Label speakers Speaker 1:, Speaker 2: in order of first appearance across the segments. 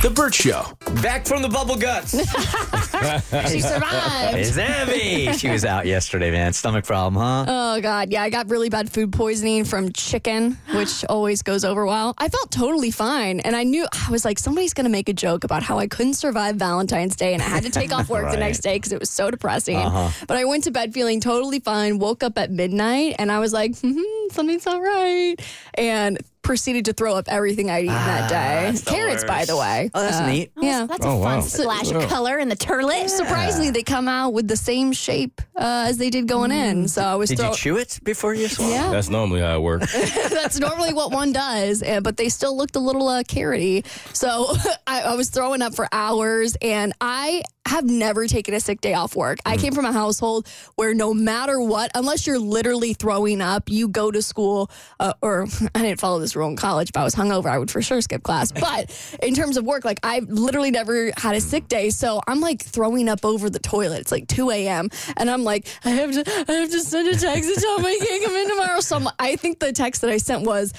Speaker 1: The Burt Show.
Speaker 2: Back from the bubble guts.
Speaker 3: She survived.
Speaker 2: It's Abby. She was out yesterday, man. Stomach problem, huh?
Speaker 3: Oh god, yeah, I got really bad food poisoning from chicken, which always goes over well. I felt totally fine, and I knew I was like, somebody's gonna make a joke about how I couldn't survive Valentine's Day, and I had to take off work the next day because it was so depressing. But I went to bed feeling totally fine. Woke up at midnight, and I was like, hmm, something's not right, and proceeded to throw up everything I'd eaten that day. Carrots, by Ah, the way.
Speaker 2: Oh, that's neat.
Speaker 3: yeah.
Speaker 4: That's
Speaker 2: Oh,
Speaker 4: a fun splash of color in the turlet.
Speaker 3: Surprisingly, they come out with the same shape uh, as they did going
Speaker 4: Mm.
Speaker 3: in. So I was
Speaker 2: Did
Speaker 3: throw-
Speaker 2: you chew it before you swallowed?
Speaker 3: Yeah.
Speaker 1: That's normally how it works.
Speaker 3: That's normally what one does, uh, but they still looked a little uh, carroty. So I, I was throwing up for hours, and I have never taken a sick day off work.
Speaker 2: Mm.
Speaker 3: I came from a household where no matter what, unless you're literally throwing up, you go to school. Uh, or I didn't follow this rule in college. If I was hungover, I would for sure skip class. But in terms of work, like I literally never had a sick day, so I'm like throwing up over the toilet. It's like 2 a.m. and I'm like, I have to, I have to send a text and tell them I can't come in tomorrow. So I'm, I think the text that I sent was.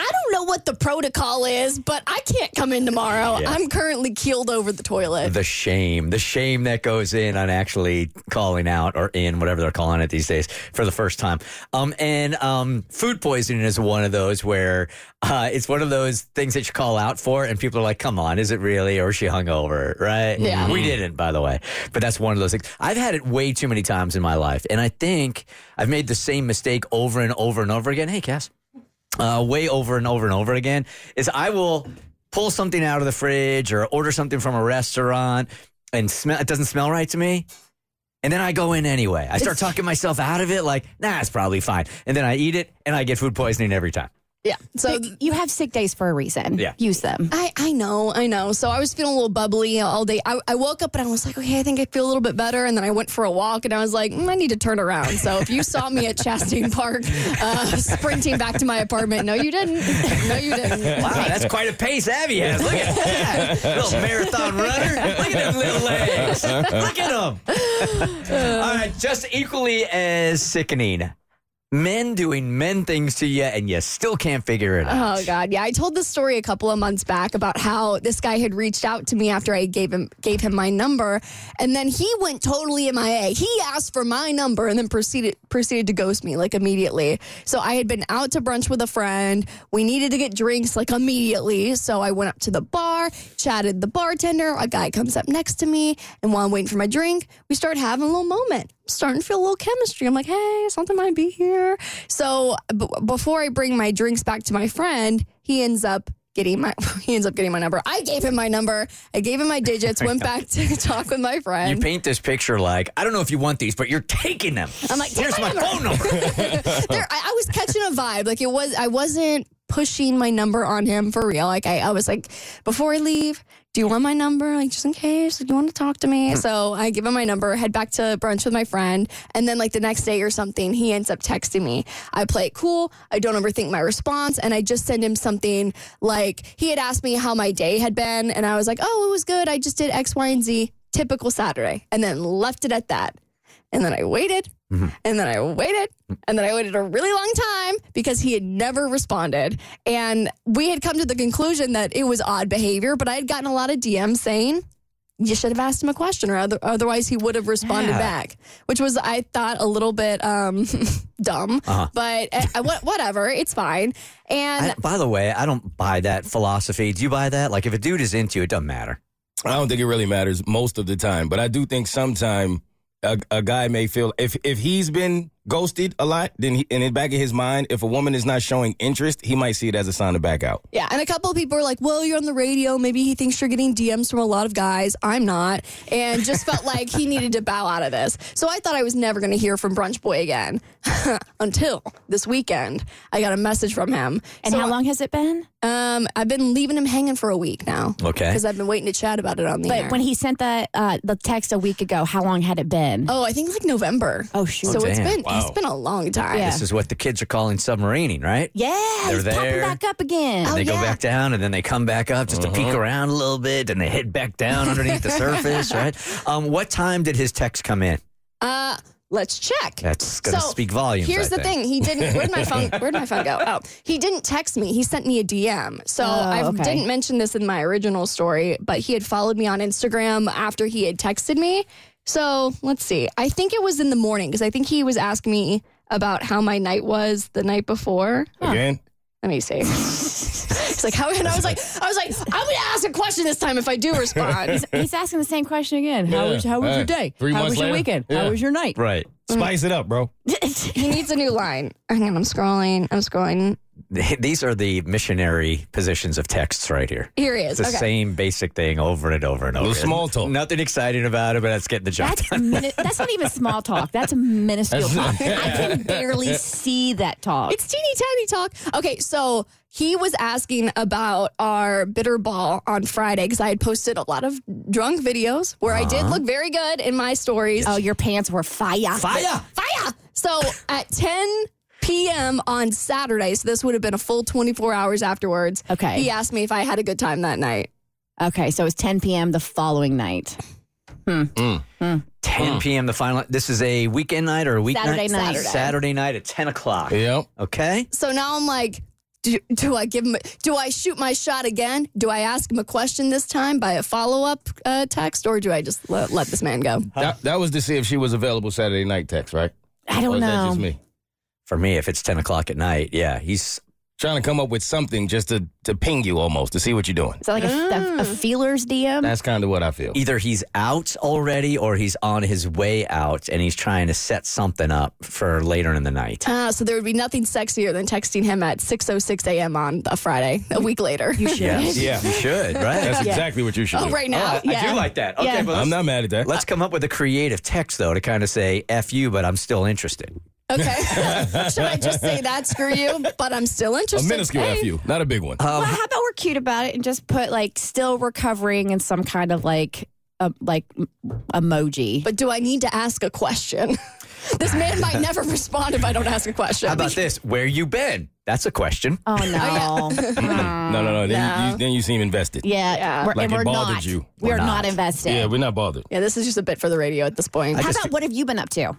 Speaker 3: I don't know what the protocol is, but I can't come in tomorrow. I'm currently keeled over the toilet.
Speaker 2: The shame, the shame that goes in on actually calling out or in whatever they're calling it these days for the first time. Um, and um, food poisoning is one of those where uh, it's one of those things that you call out for, and people are like, "Come on, is it really?" Or "Is she hungover, right?
Speaker 3: Yeah.
Speaker 2: we didn't, by the way. But that's one of those things. I've had it way too many times in my life, and I think I've made the same mistake over and over and over again. Hey, Cass. uh, way over and over and over again is I will pull something out of the fridge or order something from a restaurant and smell it doesn't smell right to me. And then I go in anyway. I start talking myself out of it like, nah, it's probably fine. And then I eat it and I get food poisoning every time.
Speaker 3: Yeah. So
Speaker 4: But you have sick days for a reason.
Speaker 2: Yeah.
Speaker 4: Use them.
Speaker 3: I, I know, I know. So I was feeling a little bubbly all day. I, I woke up and I was like, okay, I think I feel a little bit better. And then I went for a walk and I was like, mm, I need to turn around. So if you saw me at Chastain Park uh, sprinting back to my apartment, no, you didn't. No, you didn't.
Speaker 2: Wow, that's quite a pace Abby has. Look at that. little marathon runner. Look at them little legs. Look at them. All right, just equally as sickening. Men doing men things to you and you still can't figure it out.
Speaker 3: Oh God, yeah. I told this story a couple of months back about how this guy had reached out to me after I gave him gave him my number, and then he went totally MIA. He asked for my number and then proceeded proceeded to ghost me like immediately. So I had been out to brunch with a friend. We needed to get drinks like immediately. So I went up to the bar, chatted the bartender. A guy comes up next to me, and while I'm waiting for my drink, we start having a little moment starting to feel a little chemistry. I'm like, hey, something might be here. So b- before I bring my drinks back to my friend, he ends up getting my he ends up getting my number. I gave him my number. I gave him my digits. Went back to talk with my
Speaker 2: You
Speaker 3: friend.
Speaker 2: paint this picture like I don't know if you want these, but you're taking them.
Speaker 3: I'm like,
Speaker 2: here's
Speaker 3: "Take
Speaker 2: my
Speaker 3: my
Speaker 2: phone number.
Speaker 3: there, I, I was catching a vibe. Like it was, I wasn't pushing my number on him for real. Like I, I was like, before I leave, do you want my number? Like just in case, like, you want to talk to me? so I give him my number, head back to brunch with my friend, and then like the next day or something, he ends up texting me. I play it cool. I don't overthink my response, and I just send him something like he had asked me how my day had been, and I was like, oh, it was good. I just did X, Y, and Z. Typical Saturday, and then left it at that. And then I waited, and then I waited, and then I waited a really long time because he had never responded. And we had come to the conclusion that it was odd behavior, but I had gotten a lot of DMs saying, you should have asked him a question, or other, otherwise he would have responded back, which was, I thought, a little bit um, dumb. But uh, what, whatever, it's fine. And
Speaker 2: I- by the way, I don't buy that philosophy. Do you buy that? Like if a dude is into you, it doesn't matter.
Speaker 1: I don't think it really matters most of the time, but I do think sometime a, a guy may feel if if he's been ghosted a lot, then he, in the back of his mind, if a woman is not showing interest, he might see it as a sign to back out.
Speaker 3: Yeah, and a couple of people are like, "Well, you're on the radio. Maybe he thinks you're getting DMs from a lot of guys. I'm not," and just felt like he needed to bow out of this. So I thought I was never going to hear from Brunch Boy again until this weekend. I got a message from him.
Speaker 4: And
Speaker 3: So,
Speaker 4: how long has it been?
Speaker 3: Um, I've been leaving him hanging for a week now.
Speaker 2: Okay.
Speaker 3: because I've been waiting to chat about it on the air.
Speaker 4: But when he sent the uh, the text a week ago, how long had it been?
Speaker 3: oh, I think like November.
Speaker 4: Oh, shoot.
Speaker 3: So it's
Speaker 2: damn.
Speaker 3: been it's been a long time.
Speaker 4: Yeah.
Speaker 2: This is what the kids are calling submarining, right?
Speaker 4: yeah,
Speaker 2: They're
Speaker 4: he's popping
Speaker 2: there.
Speaker 4: back up again.
Speaker 2: They go
Speaker 3: Oh, yeah. Uh-huh.
Speaker 2: back down and then they come back up just to peek around a little bit and they head back down underneath the surface, right? Um, what time did his text come in?
Speaker 3: Uh, let's check.
Speaker 2: That's going to
Speaker 3: So,
Speaker 2: speak volumes.
Speaker 3: Here's
Speaker 2: I
Speaker 3: the
Speaker 2: think.
Speaker 3: thing. He didn't. Where'd my phone? Where'd my phone go? Oh, he didn't text me. He sent me a DM. So
Speaker 4: Oh,
Speaker 3: I
Speaker 4: okay.
Speaker 3: didn't mention this in my original story, but he had followed me on Instagram after he had texted me. So let's see. I think it was in the morning because I think he was asking me about how my night was the night before.
Speaker 1: Again,
Speaker 3: Let me see. It's like how, and I was like, I was like, I'm gonna ask a question this time if I do respond.
Speaker 5: He's asking the same question again. How
Speaker 1: Yeah.
Speaker 5: was how was
Speaker 1: Hey,
Speaker 5: your day?
Speaker 1: three
Speaker 5: how
Speaker 1: months
Speaker 5: was your
Speaker 1: later?
Speaker 5: weekend?
Speaker 1: Yeah.
Speaker 5: How was your night?
Speaker 2: Right.
Speaker 3: Hmm.
Speaker 1: spice it up, bro.
Speaker 3: he needs a new line. Hang on, I'm scrolling. I'm scrolling.
Speaker 2: These are the missionary positions of texts right here.
Speaker 3: Here he
Speaker 2: It's
Speaker 3: is. Okay.
Speaker 2: the same basic thing over and over and over.
Speaker 1: little small talk.
Speaker 2: Nothing exciting about it, but that's getting the job
Speaker 5: That's mini- that's not even small talk. That's minuscule talk. I can barely see that talk.
Speaker 3: It's teeny tiny talk. Okay, so he was asking about our bitter ball on Friday because I had posted a lot of drunk videos where I did look very good in my stories.
Speaker 4: Oh, your pants were fire.
Speaker 2: Fire!
Speaker 3: Fire! So at 10 p.m. on Saturday, so this would have been a full 24 hours afterwards.
Speaker 4: Okay.
Speaker 3: He asked me if I had a good time that night.
Speaker 4: Okay, so it was 10 p.m. the following night.
Speaker 2: 10 p.m. the final. This is a weekend night or a weeknight?
Speaker 4: Saturday night.
Speaker 2: Saturday,
Speaker 4: Saturday.
Speaker 2: night at 10 o'clock.
Speaker 1: Yep.
Speaker 2: Okay.
Speaker 3: So now I'm like, do, do I give him? a- Do I shoot my shot again? Do I ask him a question this time by a follow up uh, text, or do I just let, let this man go?
Speaker 1: That, that was to see if she was available Saturday night text, right?
Speaker 4: I
Speaker 1: Or
Speaker 3: Oh,
Speaker 4: don't
Speaker 1: Oh, is that
Speaker 4: know.
Speaker 1: just me?
Speaker 2: For me, if it's 10 o'clock at night, yeah, he's
Speaker 1: Trying to come up with something just to, to ping you almost to see what you're doing.
Speaker 4: Is that like a,
Speaker 3: Mm.
Speaker 4: a, a feelers
Speaker 3: Um,
Speaker 4: DM?
Speaker 1: That's kind of what I feel.
Speaker 2: either he's out already or he's on his way out and he's trying to set something up for later in the night.
Speaker 3: Ah, so there would be nothing sexier than texting him at 6.06 a.m. on a Friday, a week later.
Speaker 2: Yes.
Speaker 1: Yeah.
Speaker 2: You should,
Speaker 1: That's
Speaker 2: right?
Speaker 1: exactly what you should
Speaker 3: oh,
Speaker 1: do.
Speaker 3: right
Speaker 2: Oh,
Speaker 3: now.
Speaker 2: I, I do like that. Okay,
Speaker 4: Yeah.
Speaker 2: but
Speaker 1: I'm
Speaker 2: let's,
Speaker 1: not mad at that.
Speaker 2: let's come up with a creative text, though, to kind of say, F you, but I'm still interested.
Speaker 3: Okay. Should I just say that, screw you, but I'm still
Speaker 1: A
Speaker 3: interested?
Speaker 1: minuscule
Speaker 3: Hey.
Speaker 1: F you, not a big one.
Speaker 4: well, how about we're cute about it and just put like still recovering and some kind of like uh, like m- emoji.
Speaker 3: But do I need to ask a question? this man might never respond if I don't ask a question.
Speaker 2: How about this? Where you been? That's a question.
Speaker 4: oh no.
Speaker 1: no, no, no. Then, You,
Speaker 3: No.
Speaker 1: you, then you seem invested.
Speaker 4: yeah. We're,
Speaker 1: Like
Speaker 4: and
Speaker 1: it
Speaker 4: we're
Speaker 1: bothered
Speaker 4: not.
Speaker 1: you.
Speaker 4: We're,
Speaker 2: We're
Speaker 4: not.
Speaker 2: not.
Speaker 4: invested.
Speaker 1: Yeah, we're not bothered.
Speaker 3: yeah, this is just a bit for the radio at this point.
Speaker 4: how about what have you been up to?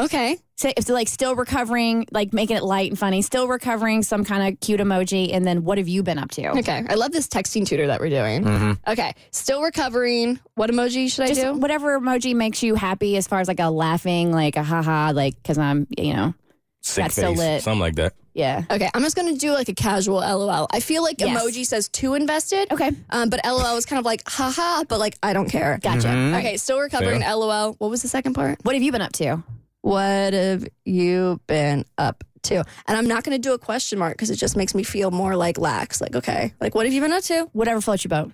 Speaker 3: Okay.
Speaker 4: Say if like still recovering, like making it light and funny, still recovering, some kind of cute emoji, and then what have you been up to?
Speaker 3: Okay. I love this texting tutor that we're doing.
Speaker 2: Mm. Mm-hmm.
Speaker 3: Okay. Still recovering. What emoji should
Speaker 4: Just
Speaker 3: I do?
Speaker 4: whatever emoji makes you happy, as far as like a laughing, like a haha, like because I'm, you know,
Speaker 1: Sick
Speaker 4: That's
Speaker 1: face,
Speaker 4: so lit.
Speaker 1: something like that.
Speaker 4: yeah.
Speaker 3: Okay, I'm just gonna do like a casual LOL. I feel like
Speaker 4: Yes.
Speaker 3: emoji says too invested.
Speaker 4: Okay.
Speaker 3: Um, but LOL is kind of like, haha, but like, I don't care.
Speaker 4: Gotcha.
Speaker 1: Mm-hmm.
Speaker 2: Mm-hmm.
Speaker 3: Okay, still recovering. LOL. What was the second part?
Speaker 4: What have you been up to?
Speaker 3: What have you been up to? And I'm not going to do a question mark because it just makes me feel more like lax. Like, okay, like, what have you been up to?
Speaker 4: Whatever floats your boat.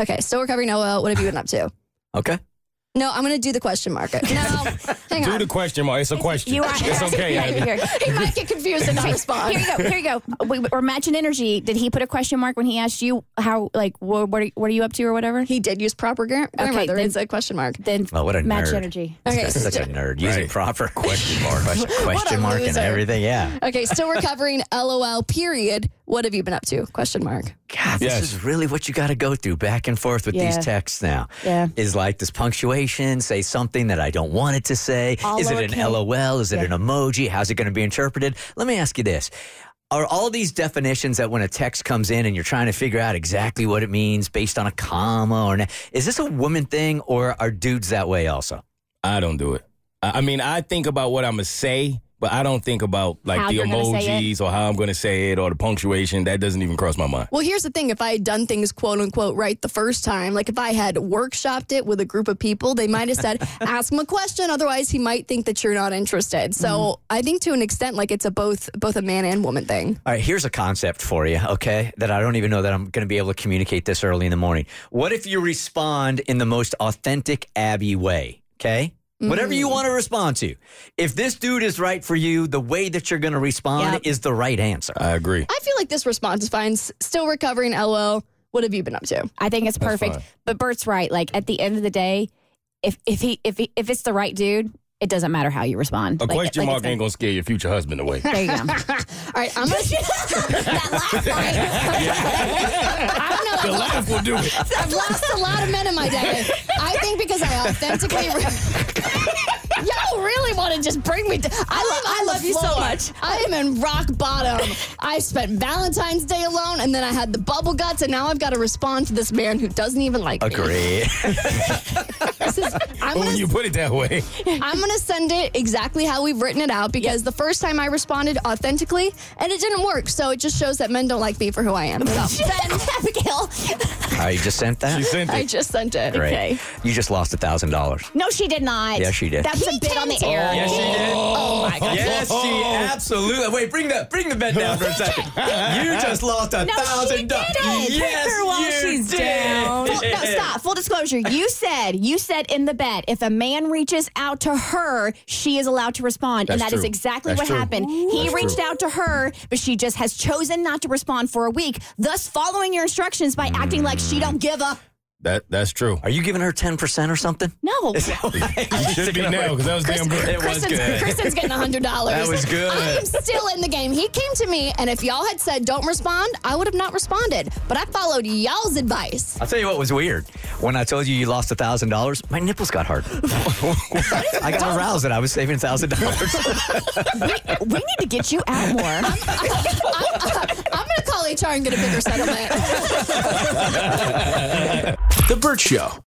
Speaker 3: Okay, still recovering. LOL. What have you been up to?
Speaker 2: Okay.
Speaker 3: No, I'm going to do the question mark. No, hang
Speaker 1: Do
Speaker 3: on.
Speaker 1: the question mark. It's a question.
Speaker 4: You are.
Speaker 1: it's okay.
Speaker 4: Yeah,
Speaker 1: Abby.
Speaker 4: you're here.
Speaker 3: he might get confused and not respond.
Speaker 4: Here you go. Here you go. We, we're matching energy. Did he put a question mark when he asked you how, like, what, what, are, what are you up to or whatever?
Speaker 3: He did use proper grammar.
Speaker 4: Okay,
Speaker 3: there
Speaker 4: then-
Speaker 3: is a question mark.
Speaker 4: Then
Speaker 2: Well, what a
Speaker 4: match
Speaker 2: Oh, nerd.
Speaker 4: energy.
Speaker 3: Okay,
Speaker 2: Such a nerd. Using
Speaker 1: Right.
Speaker 2: proper question mark. question question mark and
Speaker 3: loser.
Speaker 2: everything. Yeah.
Speaker 3: Okay, still recovering. LOL. Period. What have you been up to? Question mark.
Speaker 2: God,
Speaker 1: Yes.
Speaker 2: this is really what you got to go through back and forth with
Speaker 4: Yeah.
Speaker 2: these texts now.
Speaker 4: Yeah.
Speaker 2: Is like this punctuation, say something that I don't want it to say.
Speaker 4: All
Speaker 2: is it an
Speaker 4: lowercase.
Speaker 2: LOL? Is it an emoji? How's it going to be interpreted? Let me ask you this. Are all these definitions that when a text comes in and you're trying to figure out exactly what it means based on a comma or an, is this a woman thing or are dudes that way also?
Speaker 1: I don't do it. I I mean, I think about what I'm gonna say But I don't think about like
Speaker 4: How
Speaker 1: the
Speaker 4: you're gonna say
Speaker 1: emojis or how I'm going to say it or the punctuation. That doesn't even cross my mind.
Speaker 3: Well, here's the thing. If I had done things quote unquote right the first time, like if I had workshopped it with a group of people, they might have said, ask him a question. Otherwise, he might think that you're not interested. So I think to an extent, like it's a both both a man and woman thing.
Speaker 2: All right, here's a concept for you, okay? That I don't even know that I'm going to be able to communicate this early in the morning. What if you respond in the most authentic Abby way, okay? Whatever you want to respond to. If this dude is right for you, the way that you're going to respond is the right answer.
Speaker 1: I agree.
Speaker 3: I feel like this response is fine. S- Still recovering. LOL. What have you been up to?
Speaker 4: I think it's perfect.
Speaker 1: fine.
Speaker 4: But Bert's right. Like at the end of the day, if if he if he, if it's the right dude, it doesn't matter how you respond.
Speaker 1: A
Speaker 4: Like-
Speaker 1: question
Speaker 4: like
Speaker 1: mark
Speaker 4: it's
Speaker 1: ain't going to scare your future husband away.
Speaker 4: the- There you go.
Speaker 3: All right, I'm gonna.
Speaker 4: that last line.
Speaker 3: I don't know.
Speaker 1: the laugh will do it.
Speaker 3: I've lost a lot of men in my day. I think because I authentically. Y'all really want to just bring me. To, I love. I love you so much. I am in rock bottom. I spent Valentine's Day alone, and then I had the bubble guts, and now I've got to respond to this man who doesn't even like me.
Speaker 2: Agree.
Speaker 3: This is- I'm
Speaker 1: When
Speaker 3: gonna,
Speaker 1: you put it that way,
Speaker 3: I'm gonna send it exactly how we've written it out because the first time I responded authentically, and it didn't work. So it just shows that men don't like me for who I am. So
Speaker 4: Ben Abigail.
Speaker 2: All right, you just sent that?
Speaker 1: she sent
Speaker 3: I
Speaker 1: it.
Speaker 3: just sent it.
Speaker 2: Great.
Speaker 4: okay.
Speaker 2: You just lost a $1,000.
Speaker 4: No, she did not.
Speaker 2: Yeah, she did.
Speaker 4: That's a bit on the air.
Speaker 2: Yes, she did.
Speaker 4: Oh my god.
Speaker 2: Yes, she absolutely. Wait, bring the bring the bed down for a second. You just lost a thousand dollars. Yes, you did.
Speaker 4: Full, no, stop. Full disclosure. You said, you said in the bet, if a man reaches out to her, she is allowed to respond. and
Speaker 1: That's
Speaker 4: that is
Speaker 1: true.
Speaker 4: exactly
Speaker 1: That's
Speaker 4: what
Speaker 1: true.
Speaker 4: happened. He reached out to her, but she just has chosen not to respond for a week, thus following your instructions by acting like
Speaker 1: Mm.
Speaker 4: she don't give a
Speaker 1: That that's true.
Speaker 2: Are you giving her ten percent or something?
Speaker 4: no.
Speaker 1: You should be now because that was damn good.
Speaker 3: Kristen's, Kristen's getting hundred dollars.
Speaker 2: That was good.
Speaker 3: I am still in the game. He came to me, and if y'all had said don't respond, I would have not responded. But I followed y'all's advice.
Speaker 2: I'll tell you what was weird. When I told you you lost a thousand dollars, my nipples got hard. I got aroused that I was saving thousand dollars.
Speaker 4: we need to get you out more.
Speaker 3: I'm gonna call HR and get a bigger settlement.
Speaker 6: The Burt Show.